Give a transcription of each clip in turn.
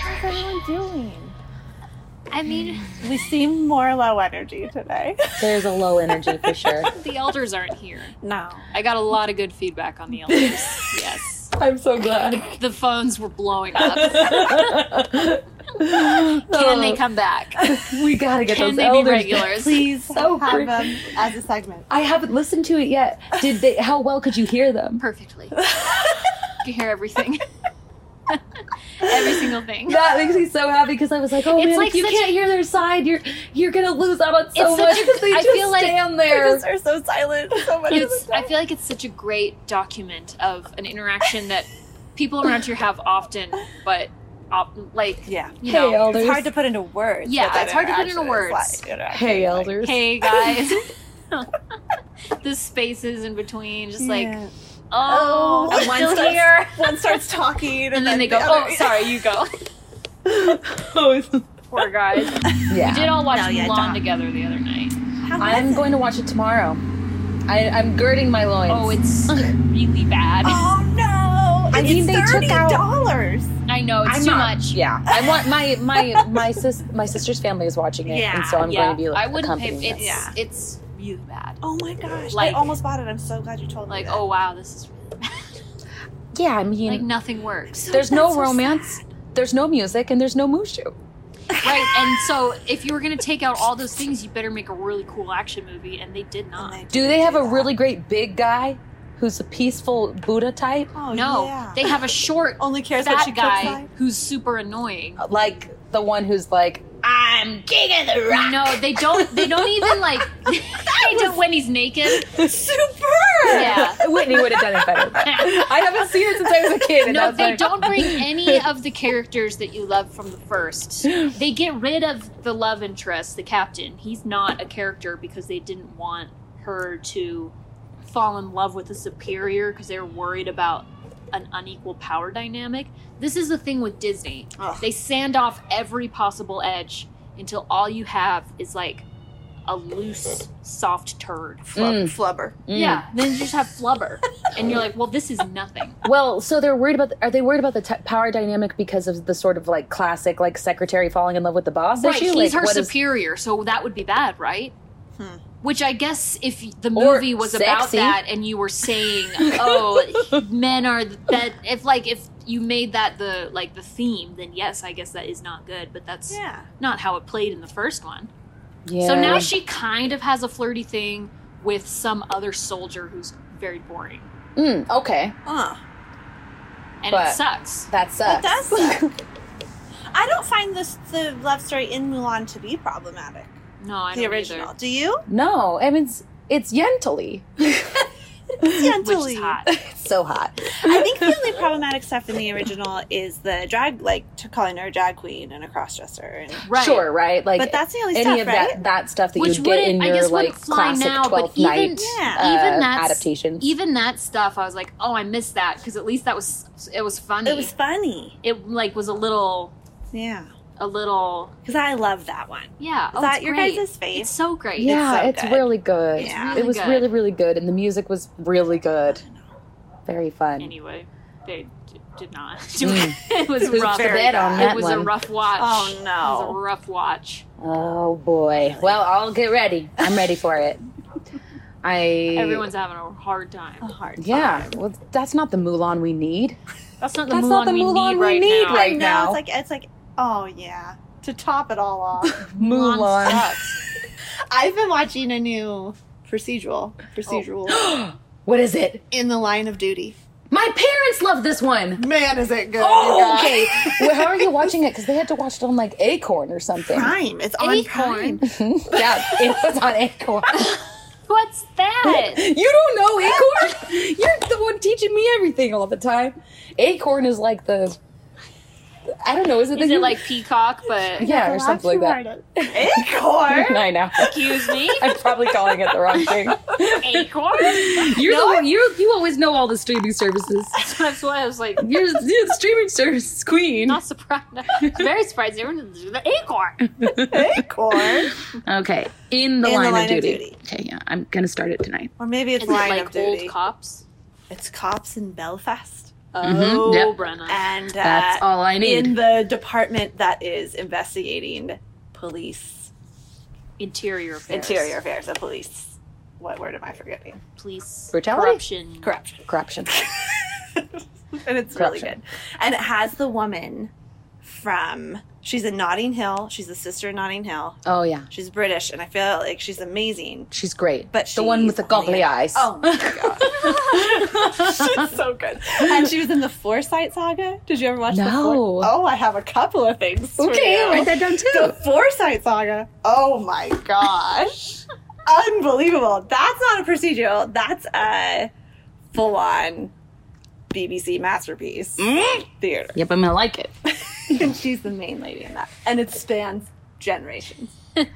How's everyone doing? I mean, We seem more low energy today. There's a low energy for sure. the elders aren't here. No. I got a lot of good feedback on the elders. yes. I'm so glad. The phones were blowing up. Can Can they come back? We gotta get Can those they elders. be regulars? Please So have pretty. them as a segment. I haven't listened to it yet. Did they? How well could you hear them? Perfectly. You can hear everything. Every single thing. That makes me so happy because I was like, oh It's man, like if you such- can't hear their side, you're you're gonna lose out on so It's such much. a- 'cause they I just feel like- stand They there. just are so silent so much of It's, the I time. feel like it's such a great document of an interaction that people around here have often, but op- like, Yeah. you Hey, know, elders. It's hard to put into words. Yeah, what that it's hard to put into interaction is words. like, you know, hey, like- elders. hey guys. the spaces in between, just like, Yeah. oh, Oh, I'm one's still us. here. one starts talking, and, And then they the go, other- oh, sorry, you go. Poor guys. We yeah. did all watch No, yeah, Mulan don't. together the other night. How I'm is it? going to watch it tomorrow. I, I'm girding my loins. Oh, it's really bad. Oh no! I It's mean, they took thirty out- dollars. I know it's I'm too not- much. Yeah, I want my my my sis my sister's family is watching it, Yeah, and so I'm yeah, going to be like I wouldn't pay. accompanying It's this. Yeah. it's really bad. Oh my gosh! Like- I almost bought it. I'm so glad you told Like, me. that. oh wow, this is Yeah, I like mean, nothing works. So there's no that's so romance, sad. there's no music, and there's no mushu. right, and so if you were gonna take out all those things, you better make a really cool action movie, and they did And not. they Do didn't they have a that. really great big guy who's a peaceful Buddha type? Oh, no, yeah. they have a short only cares what she fat cooks guy like. who's super annoying. Like the one who's like, I'm king of the rock. No, they don't. They don't even like. they do when he's naked. Super. Yeah. Whitney would have done it better. I haven't seen it since I was a kid. And No, that's they why- don't bring any of the characters that you love from the first. They get rid of the love interest, the captain. He's not a character because they didn't want her to fall in love with a superior because they were worried about an unequal power dynamic. This is the thing with Disney. Ugh. They sand off every possible edge until all you have is like a loose, soft turd. Flub- Flubber. Mm. Yeah, then you just have flubber. and you're like, well, this is nothing. Well, so they're worried about. Are they worried about the t- power dynamic because of the sort of like classic like secretary falling in love with the boss Right, issue? he's Like, her what is- superior, so that would be bad, right? Hmm. Which I guess if the Or movie was about sexy. that and you were saying, "Oh, men are th- that," if like if you made that the like the theme, then yes, I guess that is not good. But that's Yeah. not how it played in the first one. yeah. So now she kind of has a flirty thing with some other soldier who's very boring, Mm, okay, Uh, and But- it sucks. that it sucks. does. suck. I don't find this the love story in Mulan to be problematic. No, I the don't original. either. Do you? No, I mean it's it's Yentl-y. Which Gently. is hot. It's so hot. I think the only problematic stuff in the original is the drag, like t- calling her a drag queen and a crossdresser. And, Right. Sure, right? Like but that's the only any stuff, of right? that that stuff that Which you get in wouldn't- I your guess wouldn't like fly classic now, but Twelfth even- Night yeah. uh, Even that's- adaptations. even that stuff i was like oh i missed that because at least that was it was funny It was funny. It, like was a little Yeah. a little Because I love that one. Is yeah oh, that it's your great. guys' face? it's so great yeah, so it's good. really good. Yeah. it was good. really really good, and the music was really good. Very fun. anyway they d- did not Mm. it was It was rough very Bad on bad. that it was a one. rough watch Oh, it no. was a rough watch Oh boy. Well, I'll get ready. I'm ready for it. I everyone's having a hard time a hard Yeah, well, that's not the Mulan we need. that's not the That's Mulan, not the we, Mulan need we right need now. right I know. now. It's like it's like oh yeah. To top it all off, Mulan Mulan. sucks. I've been watching a new procedural Oh. procedural What is it? in the line of duty. My parents love this one. Man, is it good? Oh, okay. well, how are you watching it? Because they had to watch it on like Acorn or something. Prime. It's on acorn Prime. yeah, it was on Acorn. what's that You don't know Acorn? You're the one teaching me everything all the time. Acorn is like the I don't know. Is it Is the it like Peacock, but yeah or something like that? Acorn? I know. excuse me, I'm probably calling it the wrong thing. Acorn? You're the one, you you always know all the streaming services. That's why I was like, You're, you're the streaming service queen. not surprised. Very surprised. Everyone, the Acorn. Acorn? Okay, in the, In the line, line of, of duty. duty. Okay, yeah, I'm gonna start it tonight. Or maybe it's Is it line like of duty. old cops? it's cops in Belfast. Mhm, Oh, yep. Brenna. And uh, That's all I need. in the department that is investigating police, Interior affairs. interior affairs, and police. What word am I forgetting? Police. Brutality? Corruption. Corruption. Corruption. and it's really Corruption. good. And it has the woman from she's in Notting Hill. She's the sister in Notting Hill. Oh yeah, She's British, and I feel like she's amazing. she's great. But the one she's with the goggly only- eyes. Oh my god, she's so good. And she was in the Foresight Saga. Did you ever watch? The No. For- oh, I have a couple of things. for okay, you. write that down too. The Foresight Saga. Oh my gosh. Unbelievable. That's not a procedural. That's a full on BBC masterpiece Mm. theater. Yep, I'm gonna like it. and she's the main lady in that. And it spans generations. it's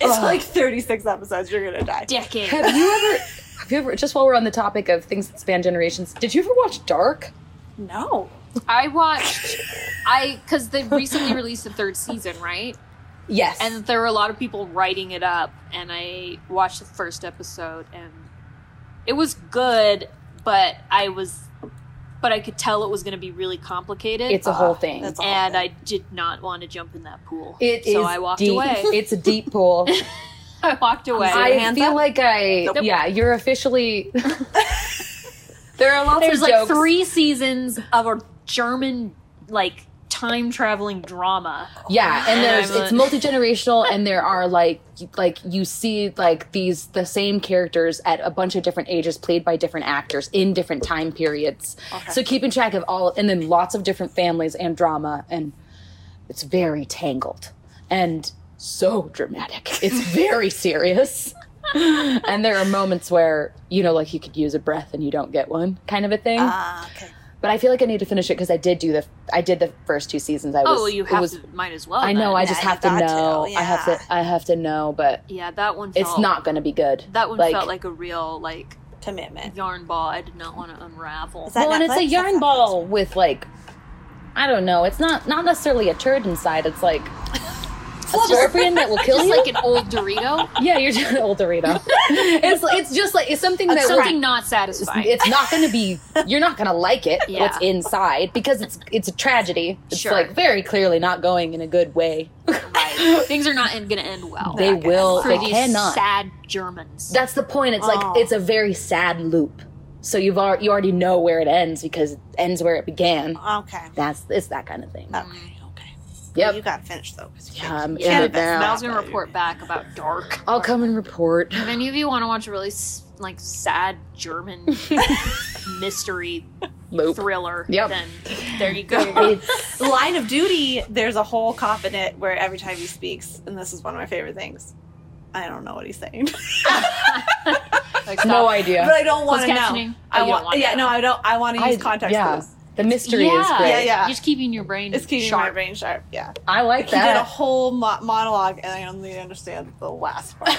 Ugh. like 36 episodes. You're going to die. Decade. Have you ever? Have you ever? Just while we're on the topic of things that span generations, did you ever watch Dark? No. I watched. I because they recently released the third season, right? Yes. And there were a lot of people writing it up, and I watched the first episode, and it was good, but I was, but I could tell it was going to be really complicated. it's a whole thing. That's and I awful. did not want to jump in that pool. It is so I walked deep. away. It's a deep pool. I walked away. Is your I hands feel up? like I. Nope. Yeah, you're officially. there are lots There's of like jokes. three seasons of a German like time traveling drama. Yeah, and And there's I'm it's like- multi generational, and there are like y- like you see like these the same characters at a bunch of different ages, played by different actors in different time periods. Okay. So keeping track of all, and then lots of different families and drama, and it's very tangled and so dramatic. It's very serious. and there are moments where you know like you could use a breath and you don't get one kind of a thing Ah, okay. but i feel like i need to finish it because i did do the i did the first two seasons i was oh, well, you it have was to. Might as well. I know. then. I just Yeah, have you to got to, know. I have yeah. to. I have to know. But yeah, that one. it's felt- not going to be good. That one like- felt like a real like Commitment. yarn ball. I did not want to unravel. Is that well, and it's Netflix? a yarn That's ball with like, I don't know. It's not not necessarily a turd inside. It's like a scorpion that will kill Just you. like an old Dorito. yeah, you're just an old Dorito. it's it's just like it's something that It's will- something not satisfying. It's not going to be. You're not going to like it. Yeah. What's inside because it's it's a tragedy. It's Sure. like very clearly not going in a good way. right. Things are not going to end well. they not gonna will. for They these cannot. sad Germans. That's the point. It's like Oh. it's a very sad loop. So you've al- you already know where it ends because it ends where it began. Okay. That's it's that kind of thing. Okay. Okay. Well, you Yep. Um, got finished though. 'cause you- Yeah, I'm you in can't it invest now. that Mal's gonna much. report back about Dark. I'll come and report. If any of you want to watch a really s- like sad German mystery Loop. thriller, Yep. then there you go. It's Line of Duty, there's a whole cop in it where every time he speaks, and this is one of my favorite things. I don't know what he's saying, Like, no stop. but idea. I don't want to Closed know. captioning? Oh, I you don't want, want yeah, to no, know. I don't. I want to I- use context yeah. clues. The mystery is Yeah. great. Yeah, yeah. Just keeping your brain It's keeping sharp. my brain sharp. Yeah, I like he did a that. whole mo- monologue, and I only understand the last part.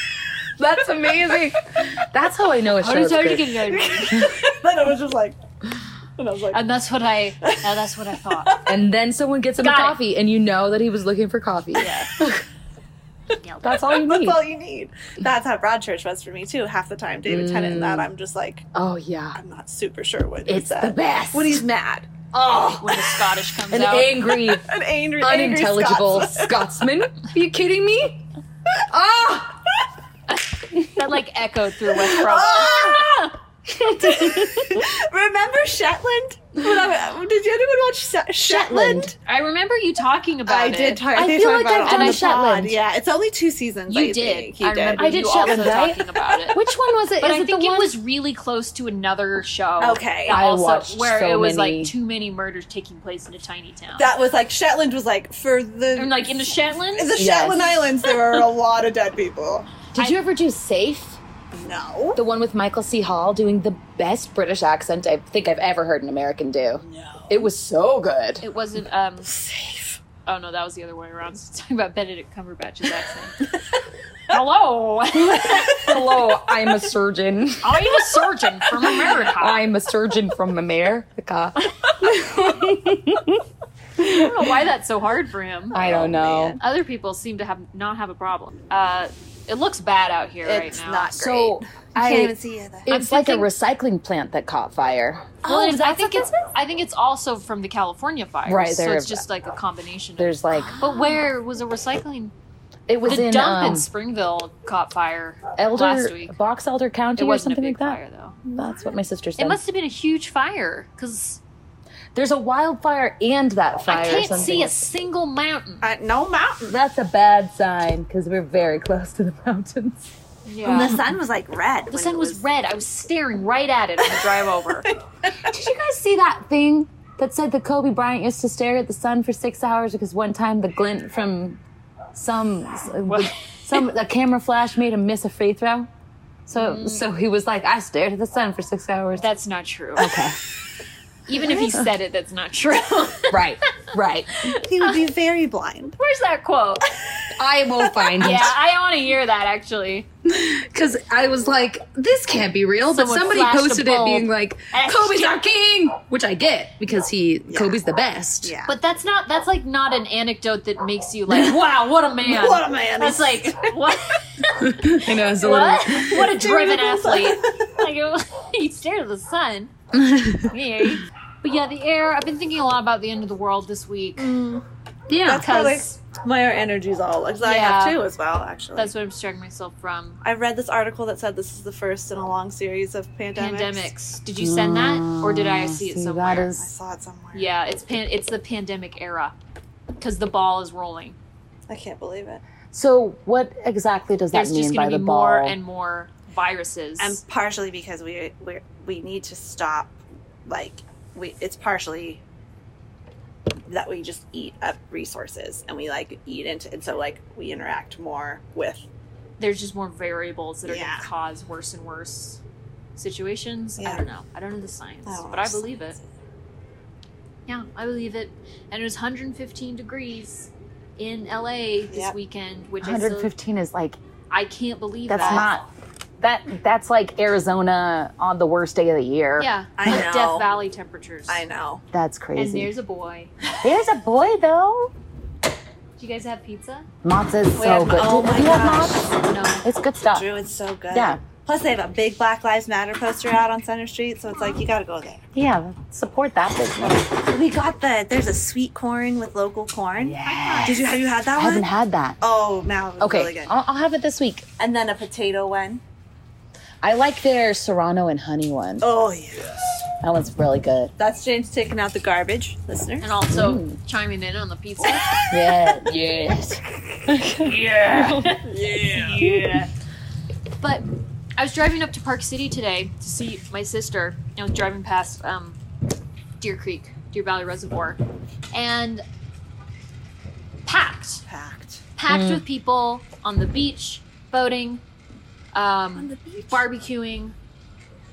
That's amazing. That's how I know a How show did is you good. get married? then it was just like, and I was like, And that's what I. yeah, that's what I thought. And then someone gets him Got a it. coffee, and you know that he was looking for coffee. Yeah. Nailed it. That's all you that's need. all you need. That's how Broadchurch was for me too. Half the time, David Tennant and that, I'm just like, Oh yeah, I'm not super sure what he it's the said. best. When he's mad, Oh. When the Scottish comes An out, angry an angry, angry unintelligible Scotsman. Scotsman. Are you kidding me? Ah! that like echoed through West Brom. Oh, Ah! Remember Shetland? When I- did anyone watch Shet- Shetland? Shetland. I remember you talking about I it. did. Talk, I they feel talked like about I've it on done the Shetland. pod. Yeah, it's only two seasons. You I did. Think. He I remember I you did also Shetland, right? talking about it. Which one was it? But Is I it think the it one? was really close to another show. Okay. that I also, watched where so it was many- like too many murders taking place in a tiny town. That was like Shetland was like for the and like in the in Shetlands, the Yes. Shetland Islands. There are a lot of dead people. Did you ever do Safe? No. The one with Michael C. Hall doing the best British accent I think I've ever heard an American do. No. It was so good. It wasn't. Um. Safe. Oh no, that was the other way around. talking about Benedict Cumberbatch's accent. Hello, Hello, I'm a surgeon. I'm a surgeon from America. I I'm a surgeon from America. don't know why that's so hard for him. I don't know. man. Other people seem to have not have a problem. Uh, it looks bad out here right It's now. not great. So I I, can't even see you there. it's I'm like a thinking- recycling plant that caught fire. Well, Oh, it is- I that's think what it's. this is? I think it's also from the California fires. Right, So there- it's just like a combination. Of, There's like but where was a recycling? it was the in dump um, in Springville caught fire Elder last week. Box Elder County It or wasn't a something big like that. fire though. That's what my sister said. It must have been a huge fire because There's a wildfire and that fire. I or can't something. see a single mountain. Uh, no mountain. That's a bad sign because we're very close to the mountains. Yeah. And the sun was like red. The sun was red. I was staring right at it on the drive over. Did you guys see that thing that said that Kobe Bryant used to stare at the sun for six hours because one time the glint from some uh, some a camera flash made him miss a free throw? So so he was like, I stared at the sun for six hours. That's not true. okay. Even if he said it, that's not true. Where's right. Right. He would be Ah. very blind. that quote? I will find Yeah, I want to hear that actually. Because I was like, this can't be real. Someone flashed a bulb. like, Eh, our king, which I get because he Kobe's the best. Yeah. But that's not that's like not an anecdote that makes you like, wow, what a man. what a man. that's like what You know, it's a what? What a driven Terrible. athlete. Like it, he stared at the sun. Yeah. But yeah, the air. I've been thinking a lot about the end of the world this week. yeah. That's how like Because- my energy's all. Because I Yeah. have two as well, actually. That's what I'm distracting myself from. I read this article that said this is the first in a long series of pandemics. pandemics. Did you send that, or did I Mm, see it see, somewhere? That I is, saw it somewhere. yeah, it's pan- it's the pandemic era because the ball is rolling. I can't believe it. so, what exactly does that There's mean just by going to the be ball? more and more viruses. And partially because we we we need to stop, like we it's partially that we just eat up resources and we like eat into and so like we interact more with There's just more variables that are Yeah. going to cause worse and worse situations. I Yeah. Oh, don't know. I don't know the science, I don't but I know. believe it. Yeah, I believe it. And it was 115 degrees in LA this Yep. weekend, which I, still, 115 is like I can't believe that's that. not that that's like Arizona on the worst day of the year. yeah, I like know. Death Valley temperatures. I know that's And crazy. there's a boy. There's, a boy though. Do you guys have pizza? Matzah is We so have- good. oh Do my you have gosh. matz? No. It's good stuff. Drew it's so good Yeah. plus they have a big Black Lives Matter poster out on Center Street so it's like you gotta go there Yeah, support that business. we got the there's a sweet corn with local corn Yeah. did you have you had that I haven't one had that. oh now it's Okay, really good I'll, I'll have it this week. and then a potato one. I like their Serrano and honey one. Oh yes That one's really good. that's James taking out the garbage listener And also chiming in on the pizza. Yeah, yes. But I was driving up to Park City today to see my sister. I was driving past um, Deer Creek, Deer Valley Reservoir, and packed, packed packed with people on the beach, boating, on um, the beach barbecuing,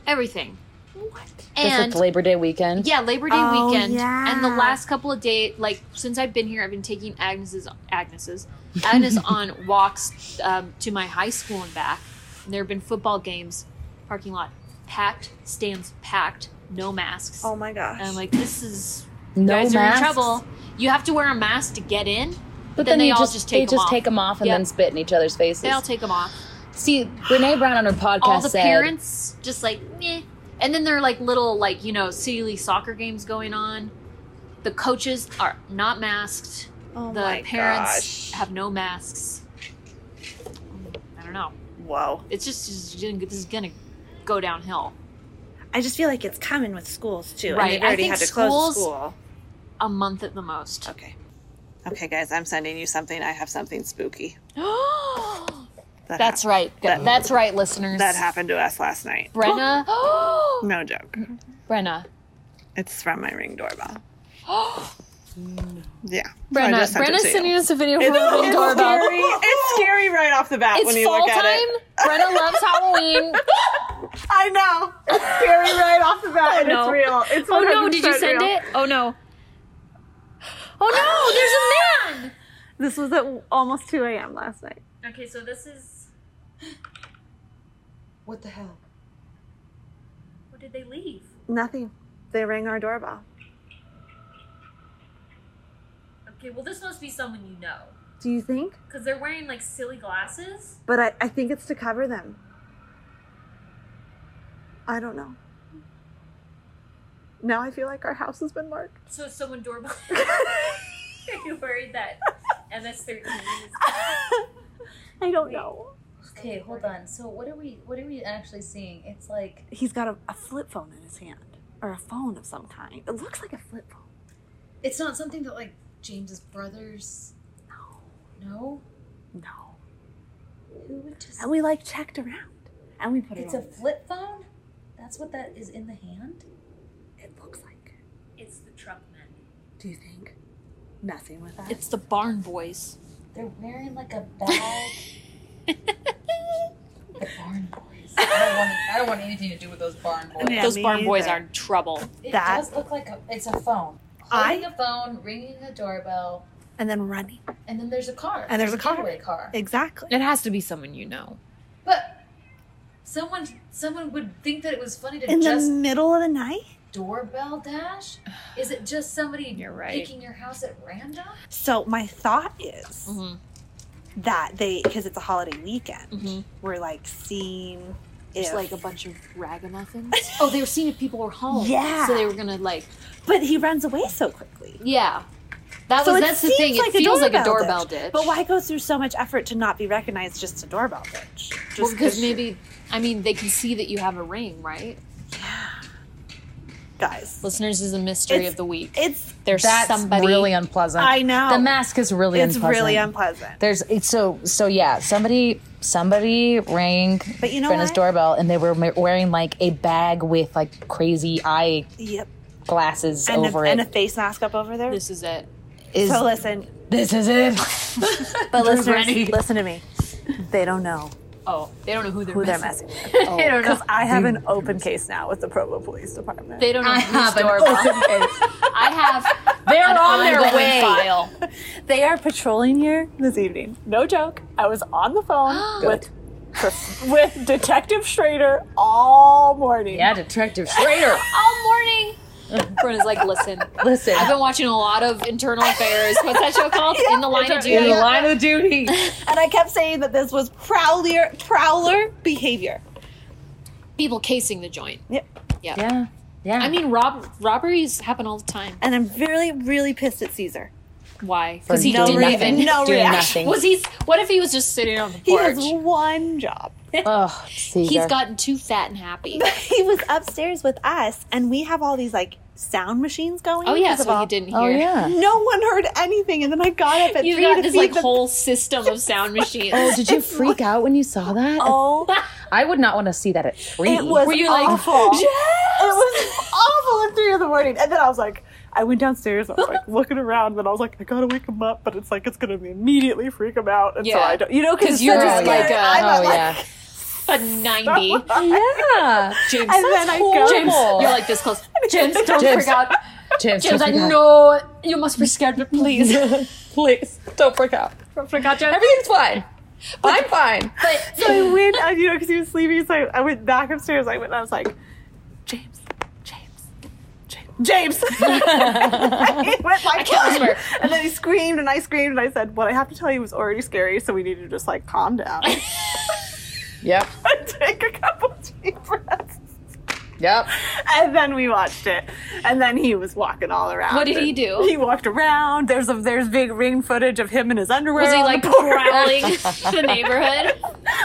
everything. what Just And it's Labor Day weekend. Yeah, Labor Day Oh, weekend. yeah. And the last couple of days, like since I've been here, I've been taking Agnes's Agnes's Agnes on walks um, to my high school and back. And there have been football games, parking lot packed, stands packed, no masks. oh my gosh and I'm like, this is no you guys masks. are in trouble. You have to wear a mask to get in. But Then then, they you all just, just they take 'em just off. take them off and Yep. then spit in each other's faces. They all take them off. See, Brene Brown on her podcast All the said, parents just like, meh. And then there are like little like you know city league soccer games going on. The coaches are not masked. oh the my parents gosh. have no masks. I don't know. Whoa. It's just, it's gonna- this is gonna go downhill. I just feel like it's common with schools too. And Right. they've I already think had to schools- close the school. A month at the most. Okay. Okay, guys, I'm sending you something. I have something spooky. That That's right. That- That's right, listeners. hap- that happened to us last night. Brenna. No joke. Brenna. It's from my ring doorbell. Yeah. I Brenna, just sent it Brenna's to you. sending us a video of her It's, little it's doorbell. scary. It's scary right off the bat It's when you fall look at time. it. Brenna loves Halloween. I know. It's scary right off the bat, and no. it's real. It's Oh no, did you 100% send real. it? Oh no. Oh no, there's a man! This was at almost 2 a.m. last night. Okay, so this is. What the hell? Where did they leave? Nothing. They rang our doorbell. Okay, well, this must be someone you know. Do you think? Because they're wearing like silly glasses. But I, I think it's to cover them. I don't know. Now I feel like our house has been marked. So if someone doorbell. Are you worried that MS thirteen is I don't know. Okay, hold on. So what are we what are we actually seeing? It's like He's got a, a flip phone in his hand, or a phone of some kind. It looks like a flip phone. it's not something that like James's brothers No. No? No. Who would just And we like checked around, and we put it. It's a on. flip phone? That's what that is in the hand? It looks like. it. It's the Trumpmen. Do you think? Messing with us. It's the Barn Boys. They're wearing like a bag. the barn boys. I don't, want, I don't want anything to do with those barn boys. Those Barn Boys are in trouble. It That- does look like a, it's a phone. I- Holding a phone, ringing a doorbell, And then running. and then there's a car. And there's a car. getaway car. Exactly. It has to be someone you know. But someone someone would think that it was funny to In just the middle of the night. doorbell dash? Is it just somebody You're right. picking your house at random? So my thought is Mm-hmm. Mhm. that they, because it's a holiday weekend, Mm-hmm. Mhm. we're like seeing It's if like a bunch of ragamuffins. oh, they were seeing if people were home. Yeah. So they were gonna like, But he runs away so quickly. yeah. That So was it Oh, that's the seems thing. like it a feels like a doorbell doorbell ditch. But why go through so much effort to not be recognized just a doorbell bitch? Just Well, because maybe I mean they can see that you have a ring, right? guys, Listeners is a mystery It's- of the week. it's There's That's somebody. really unpleasant. I know. The mask is really it's unpleasant. really unpleasant. There's it's so so yeah. Somebody somebody rang But you know Brenna's what? doorbell, and they were ma- wearing like a bag with like crazy eye Yep, glasses and a, over and a it. face mask up over there. this is it. Is- So listen, this is it. but listeners, ready. listen to me. They don't know Oh, they don't know who they're who they're messing. messing. with. they don't know. Because I have an open case now with the Provo Police Department. They don't know I whose have an doorbell. I have. They're an on their ongoing way. File. They are patrolling here this evening. No joke. I was on the phone with with Detective Schrader all morning. Yeah, Detective Schrader. All morning. Brenna's like, listen, Listen, I've been watching a lot of internal affairs. What's that show called? In the line of in duty. the line of duty. And I kept saying that this was prowler prowler behavior. People casing the joint. Yeah, yeah. I mean, rob robberies happen all the time. And I'm really, really pissed at Caesar. Why? For Because he no did reason. nothing. No doing reaction. nothing. Was he? What if he was just sitting on the He porch? has one job. Oh, Caesar. He's gotten too fat and happy. he was upstairs with us, and we have all these like sound machines going. Oh yeah, because of so all- he didn't hear. Oh yeah. No one heard anything, and then I got up at You've three got to this feed like the- whole system of sound machines. Oh, did you freak out when you saw that? Oh, I would not want to see that at three. it was Were you like, awful. It was awful at three in the morning. And then I was like, I went downstairs. I was like looking around, and I was like, I gotta wake him up, but it's like it's gonna immediately freak him out, and so Yeah. I don't, you know, 'Cause because you're Yeah, like yeah. a- I'm oh not like, yeah. A ninety. yeah. James, and then I go. James, horrible. you're like this close. James, don't James. freak out. James, James, I don't forget. know you must be scared, but please Please don't freak out. don't freak out, James. Everything's fine. I'm fine. So I went, uh, you know, because he was sleeping. So I, I went back upstairs. I went, and I was like, James, James, James, James. he went like, can't whisper. and then he screamed, and I screamed, and I said, "What I have to tell you was already scary, so we need to just like calm down Yep. and take a couple deep breaths." Yep. And then we watched it, and then he was walking all around. What did he and do? He walked around. There's a there's big ring footage of him in his underwear. Was he on the like porch. growling the neighborhood?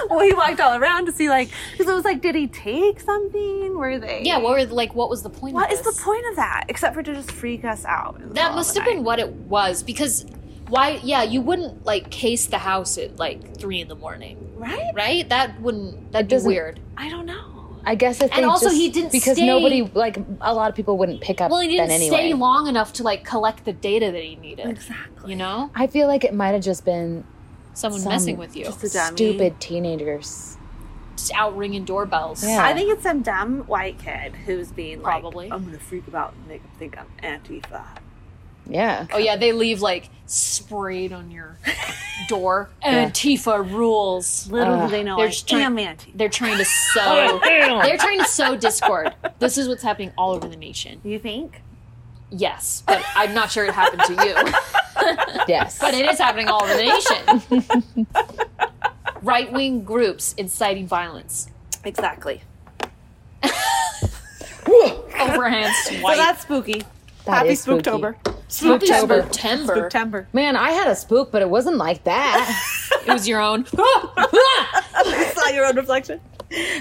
well, he walked all around to see like because it was like, did he take something? Were they? Yeah. What were like? What was the point? What of is this? the point of that except for to just freak us out? in the middle That of must the have been night? what it was because why? Yeah, you wouldn't like case the house at like three in the morning, right. right? That wouldn't. That'd be doesn't- weird. I don't know. I guess if And they also just- he didn't because stay- nobody like a lot of people wouldn't pick up. Well, he didn't then anyway. stay long enough to like collect the data that he needed. Exactly. You know, I feel like it might have just been someone Some- messing with you, Just a dummy. stupid teenagers. just out ringing doorbells. Yeah. I think it's some dumb white kid who's being like, Probably. I'm gonna freak about and make him think I'm Antifa. Yeah. Oh yeah, they leave like sprayed on your door. Yeah. Antifa rules. Little Ugh. do they know They're I just trying- am Oh, Antifa. They're trying to sow. they're trying to sow discord. This is what's happening all over the nation. You think? Yes, but I'm not sure it happened to you. Yes. But it is happening all over the nation. right wing groups inciting violence. Exactly. Overhand So swipe. that's spooky. That Happy is spooky. Spooktober. Happy Spooktober. Spooktober. Spooktober. Man, I had a spook, but it wasn't like that. It was your own. you saw your own reflection.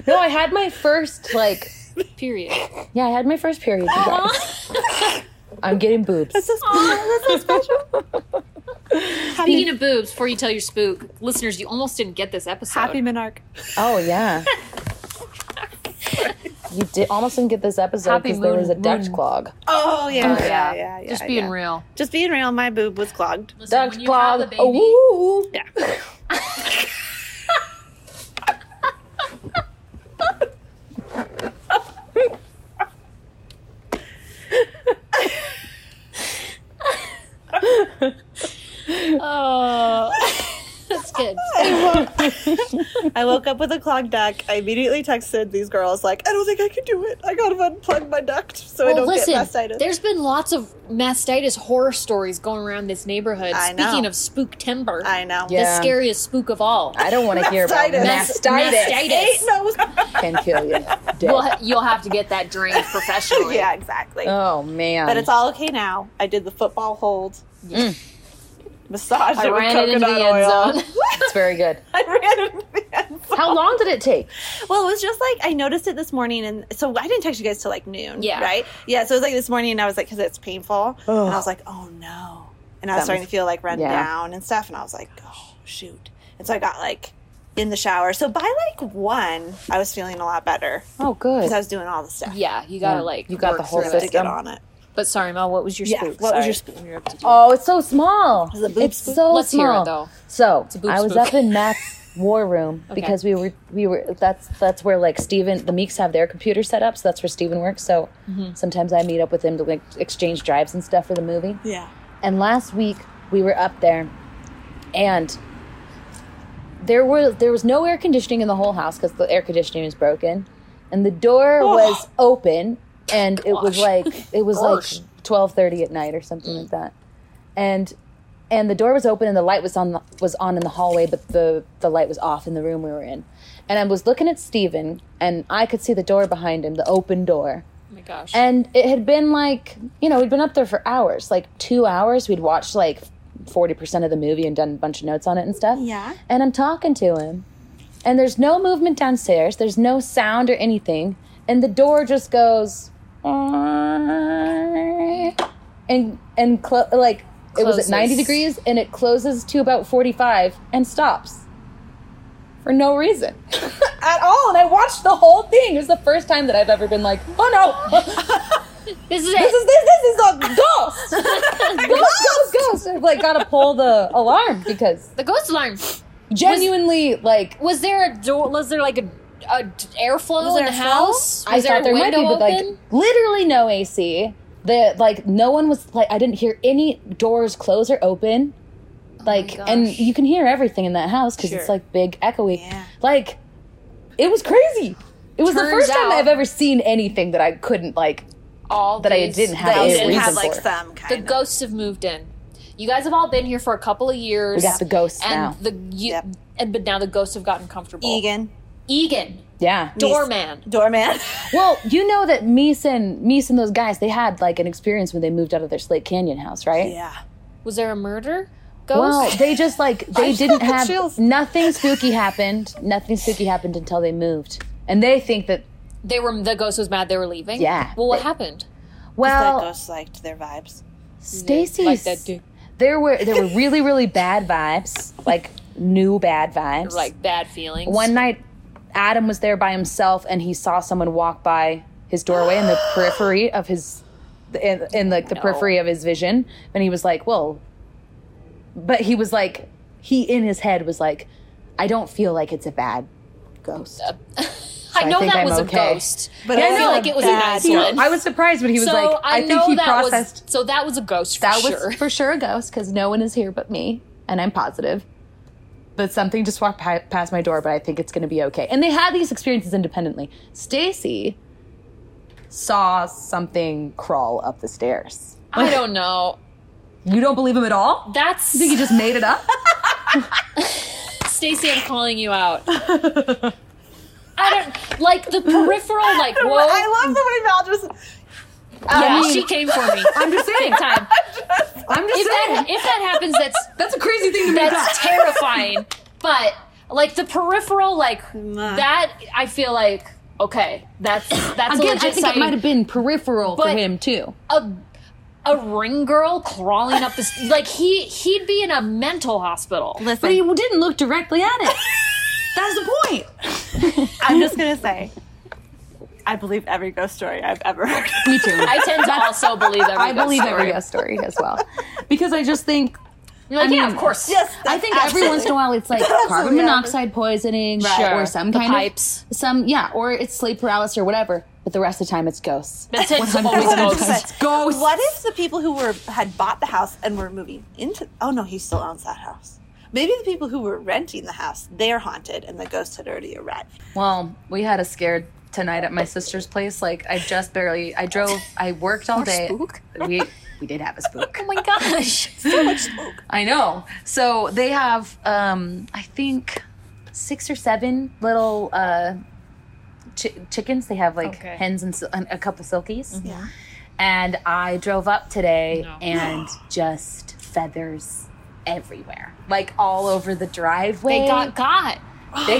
no, I had my first like. Period. Yeah, I had my first period. You Oh, guys. I'm getting boobs. That's so special. That's so special. Speaking Happy, of boobs, before you tell your spook, listeners, you almost didn't get this episode. happy Monarch. Oh yeah. you did almost didn't get this episode Happy because there moon- was a Dutch moon. clog. Oh yeah, Oh, yeah, yeah. yeah, yeah. Just being yeah. real. Just being real. My boob was clogged. Listen, Dutch when you have a clog. baby, Oh, Yeah. Oh, that's good. I woke up with a clogged duck. I immediately texted these girls like, I don't think I can do it. I gotta unplug my duct so I Well, don't listen, get mastitis. there's been lots of mastitis horror stories going around this neighborhood. I know. Speaking of spook timber, I know. Yeah. the scariest spook of all. I don't want to hear about Mastitis. mastitis. Eight Mastitis. nose. Can kill you. Dead. Well, you'll have to get that drained professionally. yeah, exactly. Oh man. but it's all okay now. I did the football hold. Mm. Massaged I it with ran it coconut into the end oil. zone. It's very good. I ran it into the end zone. How long did it take? Well, it was just like I noticed it this morning, and so I didn't text you guys till like noon. Yeah. Right. Yeah. So it was like this morning, and I was like, because it's painful, Ugh. and I was like, oh no, and I was That starting must- to feel like run yeah. down and stuff, and I was like, oh shoot, and so I got like in the shower. So by like one, I was feeling a lot better Oh good. because I was doing all the stuff. yeah, you gotta Yeah. like You got the work whole through To get it. System. on it. But sorry, Mel, what was your Yeah. spook? What was Sorry. your spoon you're up to do? Oh, it's so small. a boob It's spook? so Let's small. hear it though. So a boob I was spook. up in Matt's war room Okay. because we were we were that's that's where like Steven the Meeks have their computer set up, so that's where Steven works. So Mm-hmm. sometimes I meet up with him to like exchange drives and stuff for the movie. Yeah. And last week we were up there, and there were there was no air conditioning in the whole house because the air conditioning was broken, and the door was open, and it was like it was Gosh. like twelve thirty at night or something like that, and and the door was open and the light was on the, was on in the hallway, but the the light was off in the room we were in, and I was looking at Steven, and I could see the door behind him, the open door. Oh my gosh. And it had been like, you know, we'd been up there for hours, like two hours. We'd watched like 40% of the movie and done a bunch of notes on it and stuff. Yeah. And I'm talking to him, and there's no movement downstairs, there's no sound or anything. And the door just goes, and, and clo- like, it was at 90 Closes. degrees and it closes to about 45 and stops for no reason at all. And I watched the whole thing. It was the first time that I've ever been like, oh no, this is this it. is this this is a ghost. ghost, ghost, ghost. I've like gotta pull the alarm because The ghost alarm. genuinely like Was there a door? Was there like a, a d- airflow Was there in the a flow? house? I was thought there might be, window but like open? literally no AC. The like no one was like I didn't hear any doors close or open. Like and gosh. you can hear everything in that house because it's Sure. like big echoey. Yeah. Like it was crazy. It was the Turns first time out- I've ever seen anything that I couldn't like. all that I these- didn't have They a didn't reason have like for it. some The kind. of, ghosts have moved in. You guys have all been here for a couple of years. We got the ghosts and now. the you, Yep. and but now the ghosts have gotten comfortable. Egan, Egan, Yeah. doorman. doorman. Well, you know that Meese and Meese and those guys, they had like an experience when they moved out of their Slate Canyon house, right? yeah. Was there a murder? Ghost? Well, they just like they didn't have Chills. nothing spooky happened. Nothing spooky happened until they moved, and they think that they were the ghost was mad they were leaving. Yeah. Well, what happened? that well, ghost liked their vibes. Stacy, Like that dude. there were there were really really bad vibes, like new bad vibes. Like bad feelings. one night, Adam was there by himself and he saw someone walk by his doorway in the periphery of his in, in like the periphery of his vision and he was like, "Well," but he was like he in his head was like, "I don't feel like it's a bad ghost." I know think that I'm was okay. a ghost. But I I feel feel like it was a bad. nice He- one. I was surprised when he was so like, "I, think know he that processed." was so that was a ghost for that sure. was for sure a ghost because no one is here but me, and I'm positive. But something just walked pi- past my door, but I think it's going to be okay. And they had these experiences independently. Stacy saw something crawl up the stairs. I don't know. You don't believe him at all? That's You think he just made it up? Stacy. I'm calling you out. I don't like the peripheral. Like whoa, I love the way Val just. yeah, mean- she came for me. I'm just saying. Big time. I'm just If that saying. if that happens, that's That's a crazy thing to make up. that's terrifying. But like the peripheral, like that, I feel like okay, that's that's a Again, legit I think it sighting. might have been peripheral for But- him too. a a ring girl crawling up this like he he'd be in a mental hospital. But he didn't look directly at it. That's the point. I'm just gonna say, I believe every ghost story I've ever heard. Me too. I tend to also believe every I believe story. every ghost story as well. Because I just think You're like, I yeah, mean- of course. Yes, I think every once in a while it's like carbon Absolutely. monoxide poisoning Sure. or some The kind pipes. of some yeah, or it's sleep paralysis or whatever. But the rest of the time it's ghosts. That's it. It's always ghosts. It's ghosts. What if the people who were had bought the house and were moving into? Oh no, he still owns that house. Maybe the people who were renting the house they're haunted and the ghost had already arrived. Well, we had a scared tonight at my sister's place. Like I just barely I drove I worked all day. We we did have a spook. Oh my gosh. I know. So they have, um, I think, six or seven little uh, chi- chickens. They have like Okay. Mm-hmm. hens and, sil- and a couple silkies. Yeah. And I drove up today and just feathers everywhere, like all over the driveway. They got got. they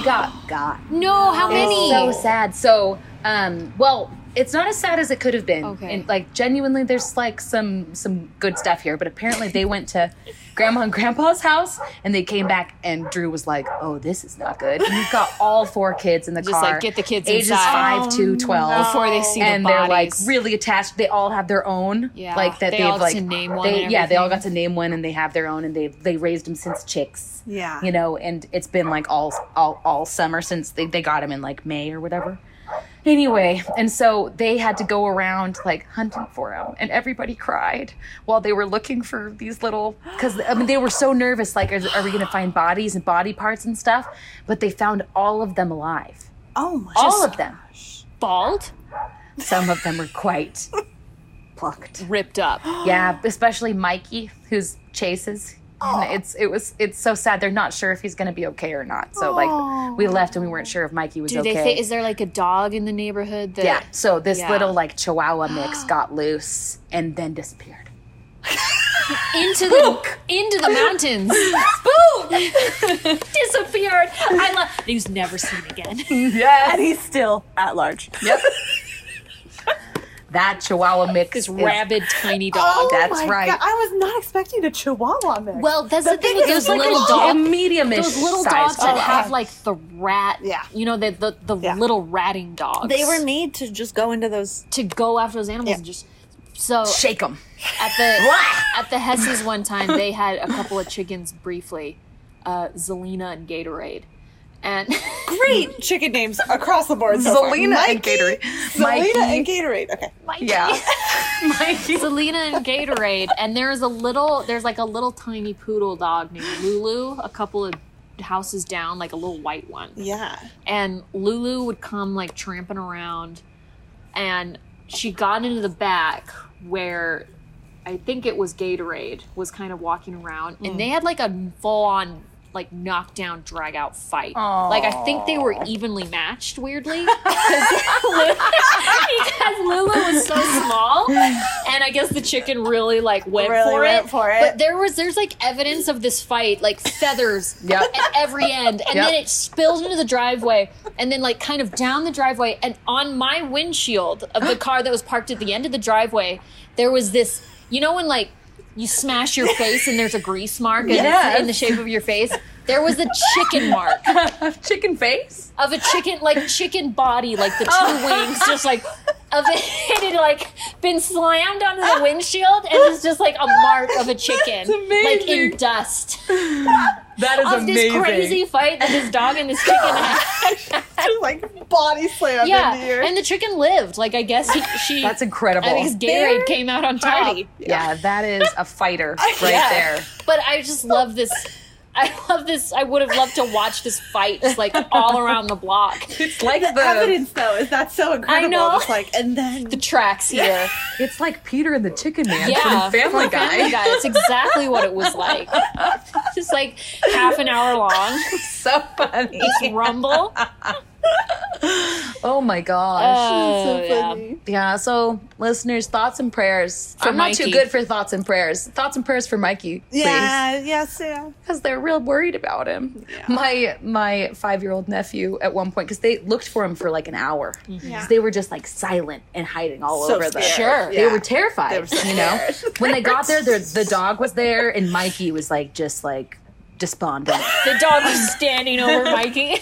got got. No, how many? It's so sad. So, um, well, it's not as sad as it could have been. Okay. And, like genuinely, there's like some some good stuff here. But apparently, they went to Grandma and Grandpa's house, and they came back, and Drew was like, "Oh, this is not good." And you've got all four kids in the Just car, like get the kids ages inside Oh, five to twelve. before they see And the they're like bodies. really attached. They all have their own, Yeah. like that They have all got like to name one They, and yeah, they all got everything. to name one, and they have their own, and they they raised them since chicks Yeah. you know and it's been like all all, all summer since they, they got him in like may or whatever anyway and so they had to go around like hunting for him and everybody cried while they were looking for these little because i mean they were so nervous like are, are we gonna find bodies and body parts and stuff but they found all of them alive Oh my. all of them Bald, some of them were quite plucked ripped up. yeah especially mikey who's chases And it's it was it's so sad they're not sure if he's gonna be okay or not so Oh. like we left and we weren't sure if mikey was Do okay they think is there like a dog in the neighborhood that yeah so this Yeah. little like chihuahua mix got loose and then disappeared into the into the mountains? Spook disappeared. I love. He was never seen again. And he's still at large. that chihuahua mix This is rabid tiny dog. that's right. Oh God, I was not expecting a chihuahua mix. Well, that's the, thing thing with is, those it's like a little a dogs. medium Those little dogs that have like the rat, Yeah. you know, the the, the Yeah. little ratting dogs. they were made to just go into those. to go after those animals and just so shake them at the at the Hesses one time they had a couple of chickens briefly, uh, Zelina and Gatorade, and Great chicken names across the board. So Zelina far. and Gatorade. Zelina Mikey. and Gatorade. Okay. yeah mikey Zelina and Gatorade, and there is a little there's like a little tiny poodle dog named Lulu, a couple of houses down, like a little white one. Yeah. and Lulu would come like tramping around, and she got into the back where I think it was Gatorade was kind of walking around, Mm. and they had like a full on like knockdown drag out fight. Like I think they were evenly matched weirdly 'cause Lulu- because Lulu was so small, and I guess the chicken really like went Really for went it. for it. But there was there's like evidence of this fight, like feathers Yep. at every end, and Yep. then it spilled into the driveway, and then like kind of down the driveway, and on my windshield of the car that was parked at the end of the driveway, there was this. You know when like you smash your face and there's a grease mark and it's in the shape of your face. There was a chicken mark Chicken face? of a chicken, like chicken body, like the two wings, just like of it, it had like been slammed onto the windshield, and it's just like a mark of a chicken, like in dust That is of this crazy fight that this dog and this chicken had. Just like body slam yeah, into you. and the chicken lived. Like I guess he, she, That's incredible. I guess Gatorade came out on top. Party. yeah, that is a fighter right Yeah. there. But I just love this. I love this. I would have loved to watch this fight, just like all around the block. It's like the, the evidence though is that's so incredible. know. It's like and then The tracks here. it's like Peter and the Chicken Man Yeah, from Family from Family Guy. Guy. It's exactly what it was like. Just like half an hour long. so funny. It's rumble. Oh my gosh. Oh, so yeah. funny. yeah, so listeners, thoughts and prayers. For I'm not too Mikey. good for thoughts and prayers. Thoughts and prayers for Mikey, please. Yeah, yes, yeah. because they're real worried about him. My my five year old nephew at one point because they looked for him for like an hour. 'Cause Yeah. They were just like silent and hiding all So over the. scared. Sure. Yeah. They were terrified. They were so you know, scared. when they got there, the, the dog was there and Mikey was like just like despondent. The dog was standing over Mikey.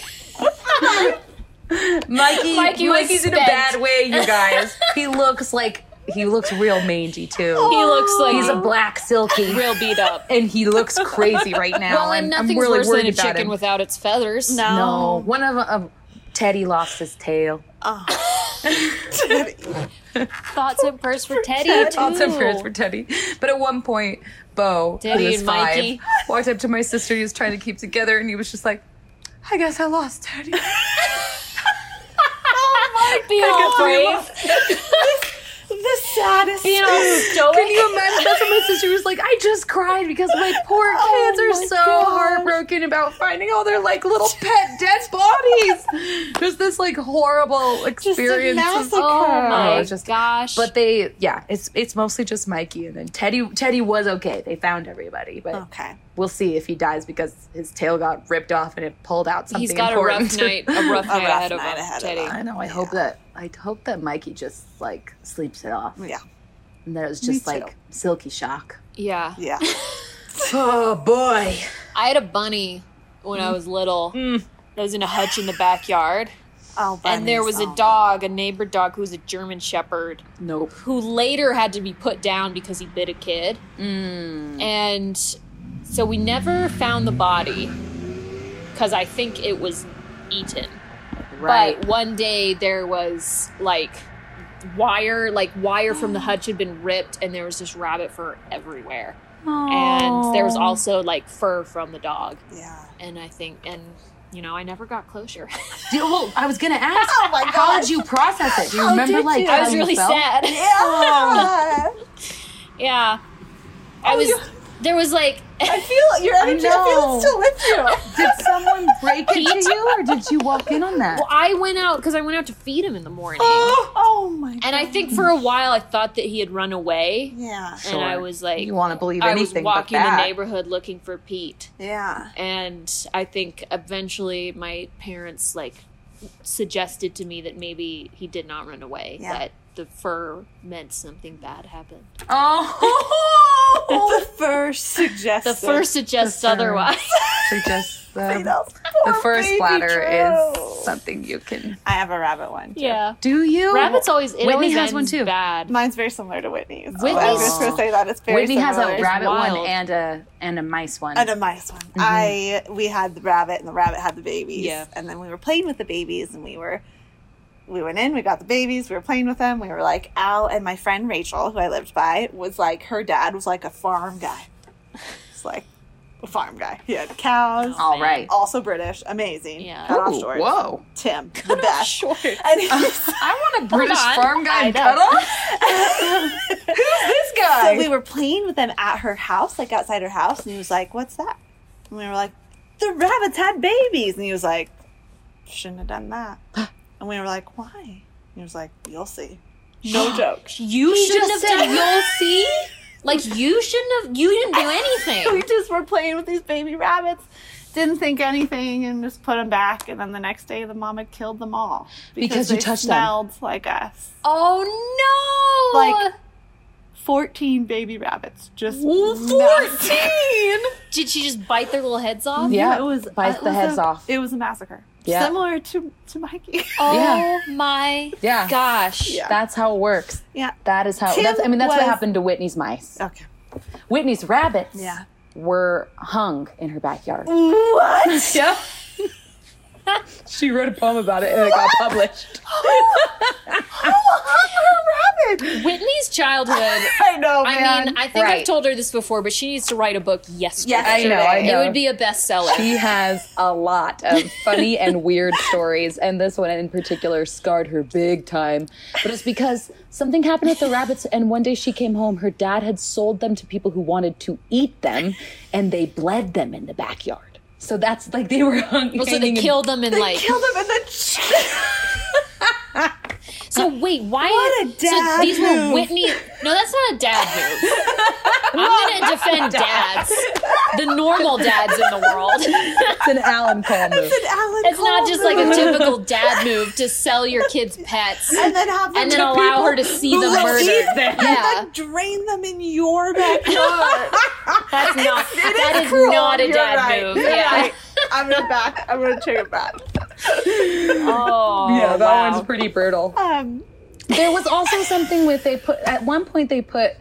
Mikey, Mikey was Mikey's in a spent. bad way, you guys. he looks like he looks real mangy too. He looks like He's a black silky. real beat up. And he looks crazy right now. Well, and I'm- I'm, nothing's really worse worried than a about chicken him. without its feathers. No. No, one of uh, Teddy lost his tail. Thoughts and prayers for Teddy. too. Lots of prayers for Teddy. But at one point, Bo, Teddy who is and five, Mikey. walked up to my sister. He was trying to keep together, and he was just like, "I guess I lost Teddy." Oh, Be all brave. The saddest Be all Can stoic. you imagine? That's what my sister was like. I just cried because my poor kids Oh are so heartbroken about finding all their like little pet dead bodies. just this like horrible experience. massacre. Oh my it's just- gosh. But they, yeah, it's it's mostly just Mikey, and then Teddy. Teddy was okay. They found everybody, but Okay. we'll see if he dies because his tail got ripped off and it pulled out something He's got a important. rough night, a rough rough night ahead of night him, ahead of Teddy. him. I know. I hope that I hope that Mikey just like sleeps it off, Yeah. and that it was just too. like silky shock. Yeah. Yeah. Oh boy! I had a bunny when I was little that was in a hutch in the backyard. Oh, and there was a dog, a neighbor dog who was a German Shepherd, Nope. who later had to be put down because he bit a kid. And so we never found the body because I think it was eaten. Right. But one day there was like wire, like wire from the hutch had been ripped, and there was just rabbit fur everywhere. And there was also like fur from the dog. Yeah. And I think, and you know, I never got closure. Dude, well, I was gonna ask. Oh my god. How did you process it? Do you remember did like you? I how was you really felt? sad. Um, Yeah. Yeah. Oh, I was there was like I feel your energy. I, feel it's still with you. Did someone break it to you, or did you walk in on that? well, I went out because I went out to feed him in the morning. Oh, my. And I think for a while I thought that he had run away. Yeah. And I Sure. was like you want to believe I was anything walking but that. the neighborhood looking for Pete. Yeah. And I think eventually my parents like suggested to me that maybe he did not run away. Yeah. That the fur meant something bad happened. Oh, The first suggestion. The fur suggests The fur. otherwise. just the, The the first platter platter is something you can. I have a rabbit one. too. yeah. Do you? Rabbit's always it Whitney always has ends one, too. bad. Mine's very similar to Whitney's. So I was Whitney's- just going to say that. It's very Whitney has similar. a rabbit Mm-hmm. one wild. and a and a mice one. And a mice one. I we had the rabbit and the rabbit had the babies. Yeah. And then we were playing with the babies and we were we went in, we got the babies, we were playing with them, we were like Al and my friend Rachel, who I lived by, was like her dad was like a farm guy. It's like a farm guy. He had cows. All right. Also British. Amazing. Yeah. Cut off Ooh, shorts. whoa! Tim. The best. Shorts. And he's- I want a British on. farm I guy and know. cut off. Who's this guy? so we were playing with them at her house, like outside her house, and he was like, "What's that?" And we were like, "The rabbits had babies," and he was like, "Shouldn't have done that." and we were like, "Why?" And he was like, "You'll see." No joke. You shouldn't have just said done. You'll see. Like you shouldn't have. You didn't do we anything. just were playing with these baby rabbits. Didn't think anything and just put them back. And then the next day, the mom had killed them all Because you they touched them. smelled like us. Oh no! Like 14 baby rabbits just Did she just bite their little heads off? Yeah, it was bites it the was heads a- off. It was a massacre. Yeah. Similar to to Mikey. Oh Yeah. my Yeah. gosh. Yeah. That's how it works. Yeah. That is how. Tim That's, I mean, that's what was- happened to Whitney's mice. Okay. Whitney's rabbits. Yeah. Were hung in her backyard. What? Yeah. she wrote a poem about it and it got published. Whitney's childhood. I know, man. I mean, I think I've Right. told her this before, but she needs to write a book yesterday. Yes, I know, I It know. would be a bestseller. She has a lot of funny and weird stories, and this one in particular scarred her big time. But it's because something happened with the rabbits, and one day she came home. Her dad had sold them to people who wanted to eat them, and they bled them in the backyard. So that's like they were hung. so they hanging in- kill them in like. Kill them and then so wait, why? What a dad So these move. were Whitney. No, that's not a dad move. I'm gonna defend dads, the normal dads in the world. It's an Allen poem. move. Alan It's not Cole just like a movie. typical dad move to sell your kids pets and then have them and then to allow people her to see who them will eat murdered. them Yeah. and then drain them in your backyard. That's not. It that is cruel. not a You're dad right. move. You're yeah. right. I'm gonna back. I'm gonna take it back. Oh. yeah, that wow. one's pretty brutal. Um, There was also something with they put at one point they put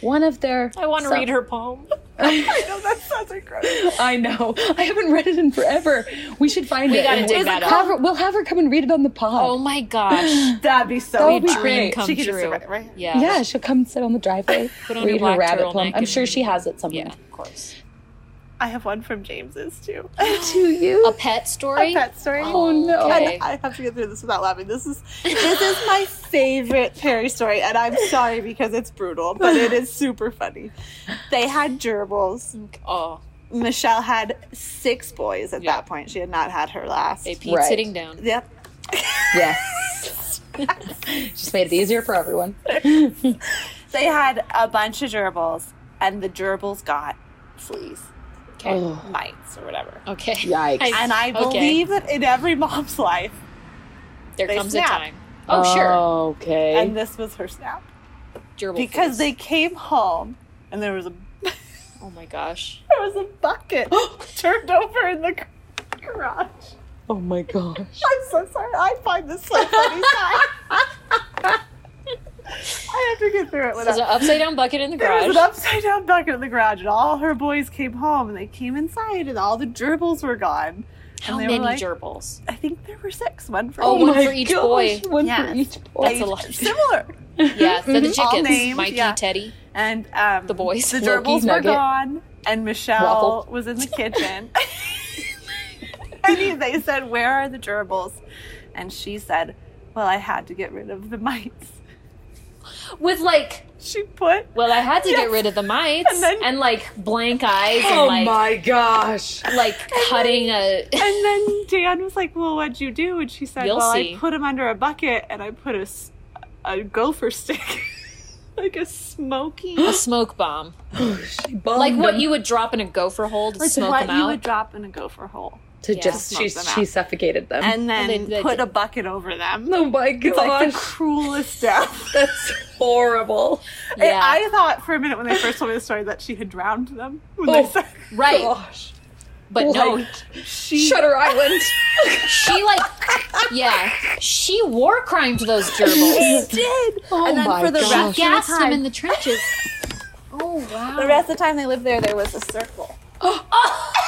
one of their. I want to some- read her poem. I know that sounds incredible. I know. I haven't read it in forever. We should find it. gotta and dig we'll- that up. have her- we'll have her come and read it on the pod. Oh my gosh. That'd be so. That would be fun. great. Dream come She could just true. survive, right? Yeah. Yeah, she'll come sit on the driveway, Put on your read her black rabbit turtleneck poem. I'm and- sure she has it somewhere. Yeah, of course. I have one from James's too. To you. A pet story? Pet story. Oh, no. Okay. I have to get through this without laughing. This is this is my favorite Perry story, and I'm sorry because it's brutal, but it is super funny. They had gerbils. Oh, Michelle had six boys at that point. She had not had her last. a Pete's Right. sitting down. Yep. Yes. Just made it easier for everyone. They had a bunch of gerbils, and the gerbils got fleas, Okay. Oh, mites, or whatever. Okay. Yikes. I- And I Okay. believe that in every mom's life, there they comes snap. a time. Oh, sure. Okay. and this was her snap, Gerbil because fleas. they came home and there was a Oh my gosh. there was a bucket turned over in the gar- garage. oh my gosh. I'm so sorry. I find this so funny. I have to get through it. There's an Without- upside down bucket in the there was garage. an upside down bucket in the garage, and all her boys came home, and they came inside, and all the gerbils were gone. How and they many were like- oh gerbils? I think there were six, one for Oh, each. one for each boy. One Yes. for each boy. That's a lot. Similar. Yeah, they're the All chickens. named, Mikey, yeah. Teddy. And um, The boys. the Loki, gerbils were Nugget. gone, and Michelle Waffle. was in the kitchen. and he- they said, "Where are the gerbils?" And she said, "Well, I had to get rid of the mites." With like, She put well, I had to Yes. get rid of the mites And and, then- Oh like blank eyes and like, Oh gosh. like cutting a. And then Jan was like, "Well, what'd you do?" And she said, You'll "Well, I see. put him under a bucket and I put a, s- a gopher stick, like a smoky, A smoke bomb, like what you would drop in a gopher hole to smoke Um, what them you out. would drop in a gopher hole, to Yeah. just she, Smoke them out. she suffocated them. and then they- they put did. a bucket over them." oh my It's like gosh. the cruelest death. That's horrible. And Yeah. I thought for a minute when they first told me the story that she had drowned them. When they Oh. said, right, Gosh. but no, she, Shutter Island. she like, yeah, she war crimed those gerbils. she did. Oh and then my for the gosh. rest Gassed of the time, them in the trenches. Oh wow! the rest of the time they lived there, there was a circle.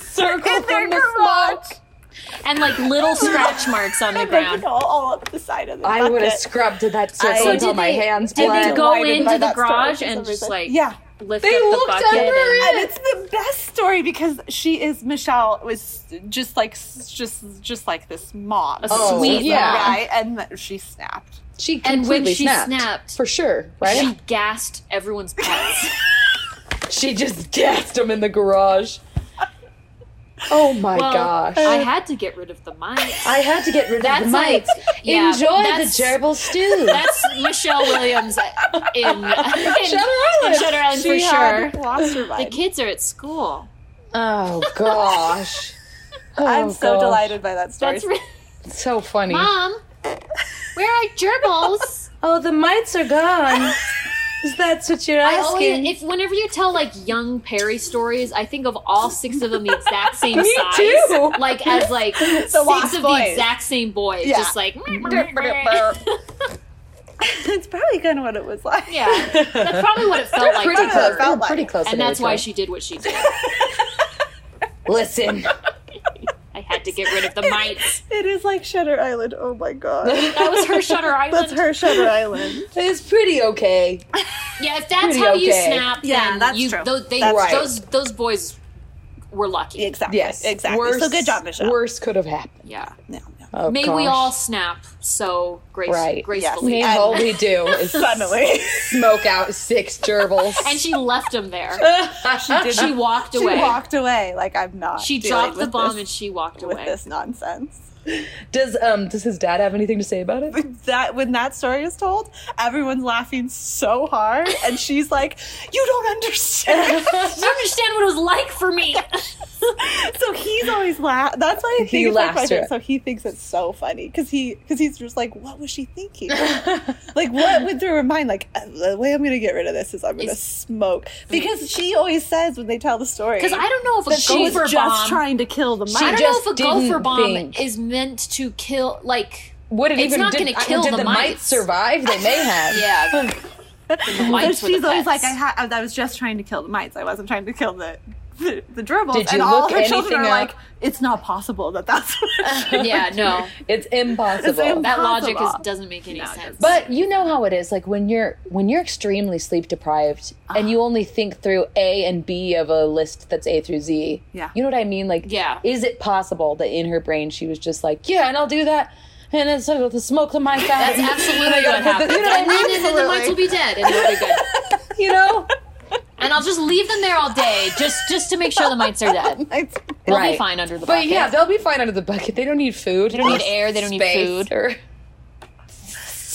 Circle In their from the garage. smoke. and like little scratch marks on the And they could ground. all, all up the side of the I would have bucket. scrubbed that circle So until did my they- hands did bled. they go blinded by into the that story garage for and some just, reason. like, yeah Lift They up the looked bucket. under and- it. and it's the best story because she is Michelle was just like just just like this mom, A Oh, sweet yeah. mom. right? And th- she snapped. She And when completely she snapped, snapped, for sure, right? she gassed everyone's pets. She just gassed him in the garage. Oh my Well, gosh. I I, had to get rid of the mites. I had to get rid of the That's mites. like- yeah, Enjoy that's- the gerbil stew. That's Michelle Williams in, in Shutter in Island. Shutter Island for She sure. had lobster The vine. kids are at school. oh gosh. Oh, I'm so gosh. delighted by that story. That's re- So funny. mom. Where are gerbils? Oh, the mites are gone. Is that what you're I always, asking? if whenever you tell like young Perry stories, I think of all six of them the exact same Me size, too. like as like six Lost of Boys. the exact same boys, Yeah. just like That's probably kind of what it was like. yeah. That's probably what it felt like pretty to close. her, Felt close. like Pretty it. close. and that's why she did what she did. Listen, I had to get rid of the mites. It is like Shutter Island. Oh my god. That was her Shutter Island. That's her Shutter Island. it's pretty okay. Yeah, if that's Pretty how you okay. snap, Yeah, then that's you, true. Those, they, That's right. those those boys were lucky. Exactly. Yes, Exactly. Worse, so good job, Michelle. Worse could have happened. Yeah, No, no. Oh, may we gosh. all snap so grace- Right. gracefully. May And- all we do is Suddenly, smoke out six gerbils. And she left him there. she, did She walked she away. walked away. Like I'm not. She dealing dropped the with bomb this- and she walked with away. this nonsense. does um does his dad have anything to say about it? That when that story is told, everyone's laughing so hard, and she's like, "You don't understand." I don't understand what it was like for me. so he's always laugh. That's why I think He it's like laughs my through favorite. it. So he thinks it's so funny because he because he's just like, "What was she thinking?" like what went through her mind? Like uh, the way I'm gonna get rid of this is I'm gonna Is- smoke because she always says when they tell the story Because I don't know if a that she was gopher just bomb. trying to kill the She I mice. don't just know if a didn't gopher bomb think. is meant to kill. Like, Would it It's even not did, gonna I- kill did the the mites mites. survive? They may have. yeah. the mites So were the she's always pets. like, I, ha- "I was just trying to kill the mites. I wasn't trying to kill the." The, the dribbles Did you and all look her children anything are up? like, it's not possible that that's. What she yeah, no, It's impossible. It's im- that logic is, Impossible. doesn't make any sense. but you know how it is like when you're when you're extremely sleep deprived and you only think through A and B of a list that's A through Z. Yeah. You know what I mean? Like Yeah. is it possible that in her brain she was just like, Yeah, and I'll do that and then sort of the smoke the mice out. that's absolutely what happened. You know what I and, then, and then the mites will be dead, and it'll be good. You know? And I'll just leave them there all day, just just to make sure the mites are dead. It's- They'll Right. be fine under the But bucket. yeah, they'll be fine under the bucket. They don't need food. They don't need air, they don't need food. Or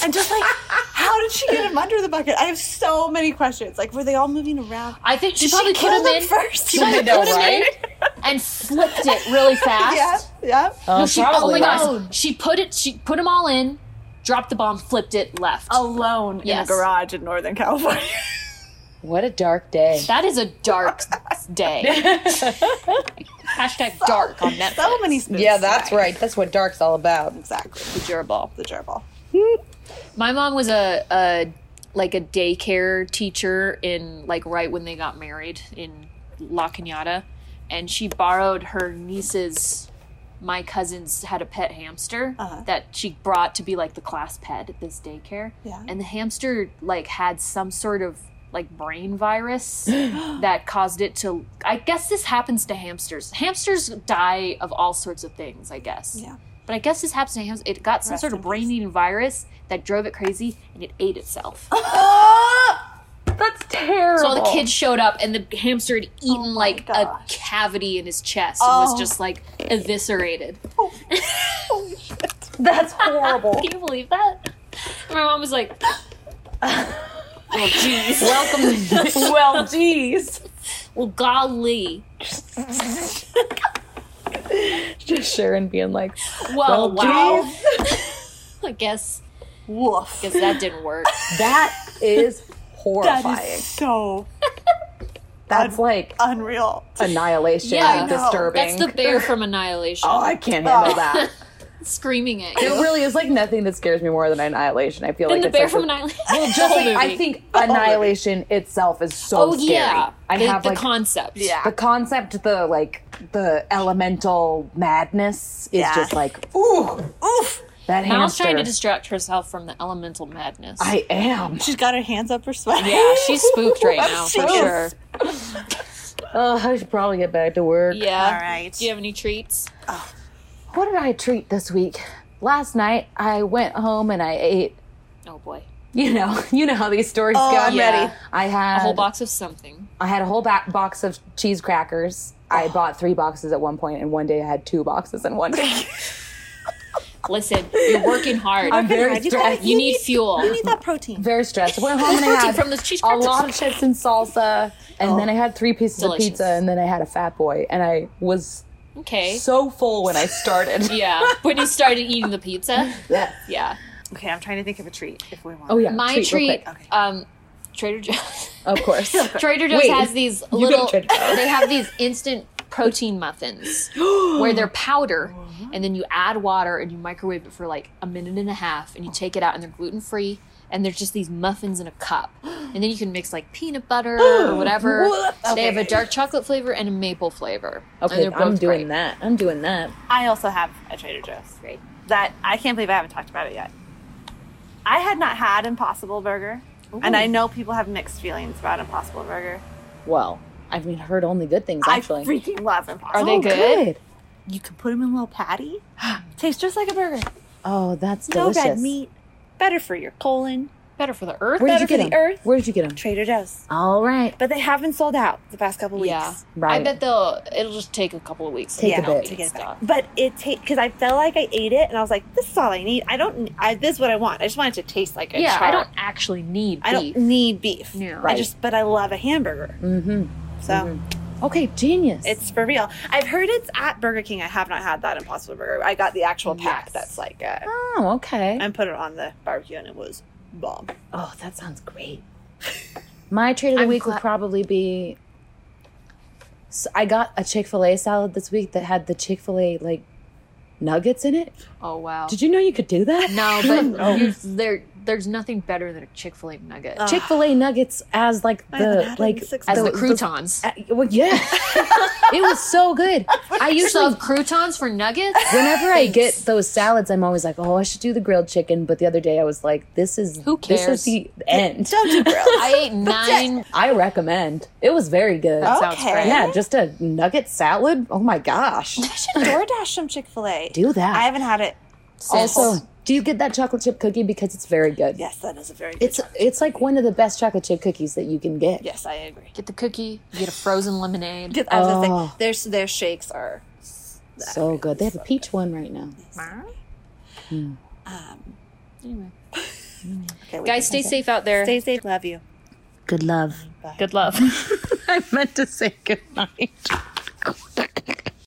And just like, how did she get him under the bucket? I have so many questions. Like, were they all moving around? I think she Did probably put kill them in first. She probably know, put him right? in and flipped it really fast. yeah, yeah. No, she, oh probably. my gosh, she put it. She put them all in, dropped the bomb, flipped it, left. Oh. Alone Yes. in a garage in Northern California. What a dark day. That is a dark day. Hashtag dark on Netflix. so many spoons. Yeah, that's tonight. right. That's what dark's all about. Exactly. The gerbil. The gerbil. My mom was a, a like a daycare teacher in like right when they got married in La Cañada, and she borrowed her niece's. My cousins had a pet hamster Uh-huh. that she brought to be like the class pet at this daycare. Yeah. and the hamster like had some sort of like brain virus that caused it to i guess this happens to hamsters hamsters die of all sorts of things i guess Yeah. but i guess this happens to hamsters it got some Rest sort of in brain eating virus that drove it crazy and it ate itself Ah! That's terrible. Oh so all the kids showed up and the hamster had eaten like gosh. a cavity in his chest and Oh. was just like eviscerated Oh, That's horrible. can you believe that and my mom was like well geez Welcome. well, geez. well golly Just Sharon being like, Well, well, wow I guess Woof. guess that didn't work. that is horrifying. That is so That's like unreal. annihilation Yeah. and I know. That's disturbing. the bear from Annihilation oh, I can't handle that. screaming at It you. really is like nothing that scares me more than annihilation. I feel Then like it's the bear like from the- Annihilation. Well, just like I think annihilation itself is so oh scary. yeah, I the, have the like concept. Yeah. the concept, the like the elemental madness is Yeah. just like Ooh, oof. that Mal's hamster. trying to distract herself from the elemental madness. I am. She's got her hands up her sweater. yeah, she's spooked right now She for is. sure. Oh, I should probably get back to work. Yeah. All right. Do you have any treats? What did I treat this week? Last night I went home and I ate. Oh boy, You know, you know how these stories Oh, go. I'm Yeah. ready. I had a whole box of something. I had a whole ba- box of cheese crackers. I bought three boxes at one point, and one day I had two boxes in one day. Listen, you're working hard. I'm very hard. You gotta stressed. you need fuel. You need that protein. Very stressed. I went home and I had from those cheese a crackers. lot of chips and salsa, and then I had three pieces Delicious. of pizza, and then I had a fat boy, and I was Okay. so full when I started. yeah, when you started eating the pizza. Yeah. Yeah. Okay, I'm trying to think of a treat if we want. Oh yeah. My real treat, quick. Okay. um, Trader Joe's. Of course. Trader Joe's Wait, has these go to little. Trader Joe's. They have these instant protein muffins where they're powder, and then you add water and you microwave it for like a minute and a half, and you take it out, and they're gluten free. And they're just these muffins in a cup, and then you can mix like peanut butter or whatever. They have a dark chocolate flavor and a maple flavor. and Okay, they're I'm both doing great. that. I'm doing that. I also have a Trader Joe's. Great. That I can't believe I haven't talked about it yet. I had not had Impossible Burger, and I know people have mixed feelings about Impossible Burger. Well, I've mean, heard only good things I actually. freaking love Impossible. Are they Oh, good? You can put them in a little patty. Tastes just like a burger. Oh, that's No delicious. red meat. Better for your colon. Better for the earth. Where Better did for you get the them? earth. Where did you get them? Trader Joe's. All right, But they haven't sold out the past couple weeks. Yeah. right. I bet they'll. It'll just take a couple of weeks. Take a to bit. to get get it back. stock. But it tastes because I felt like I ate it and I was like, this is all I need. I don't. I, this is what I want. I just want it to taste like a Yeah, char. I don't actually need I don't beef. need beef. No. I just. But I love a hamburger. Mm-hmm. So Okay, genius. it's for real. I've heard it's at Burger King. I have not had that Impossible Burger. I got the actual pack Yes. that's like uh, oh, okay. and put it on the barbecue and it was bomb. Oh, that sounds great. My treat of the week would probably be. s I I got a Chick Fil A salad this week that had the Chick Fil A like nuggets in it. Oh wow. Did you know you could do that? No, but you, there, there's nothing better than a Chick Fil A nugget Uh, Chick Fil A nuggets as like I haven't the had it in like six as the, months. croutons. uh, well, yeah, it was so good. I you usually love croutons for nuggets. whenever I get those salads, I'm always like, oh, I should do the grilled chicken. But the other day, I was like, this is Who This cares? is the end. Don't do grill. I ate nine. I recommend. It was very good. That sounds Okay. great. Yeah, just a nugget salad. Oh my gosh, I should DoorDash some Chick Fil A. do that. I haven't had it. Since- Also, do you get that chocolate chip cookie because it's very good? Yes, that is a very. Good It's it's like one of the best chocolate chip cookies that you can get. yes, I agree. get the cookie, you get a frozen lemonade. Because I was gonna Oh. say their their shakes are So good. They have a peach one right now. Um, Anyway. okay, we Guys, can- stay safe out there. stay safe. Love you. Good love. Good love. I meant to say goodnight.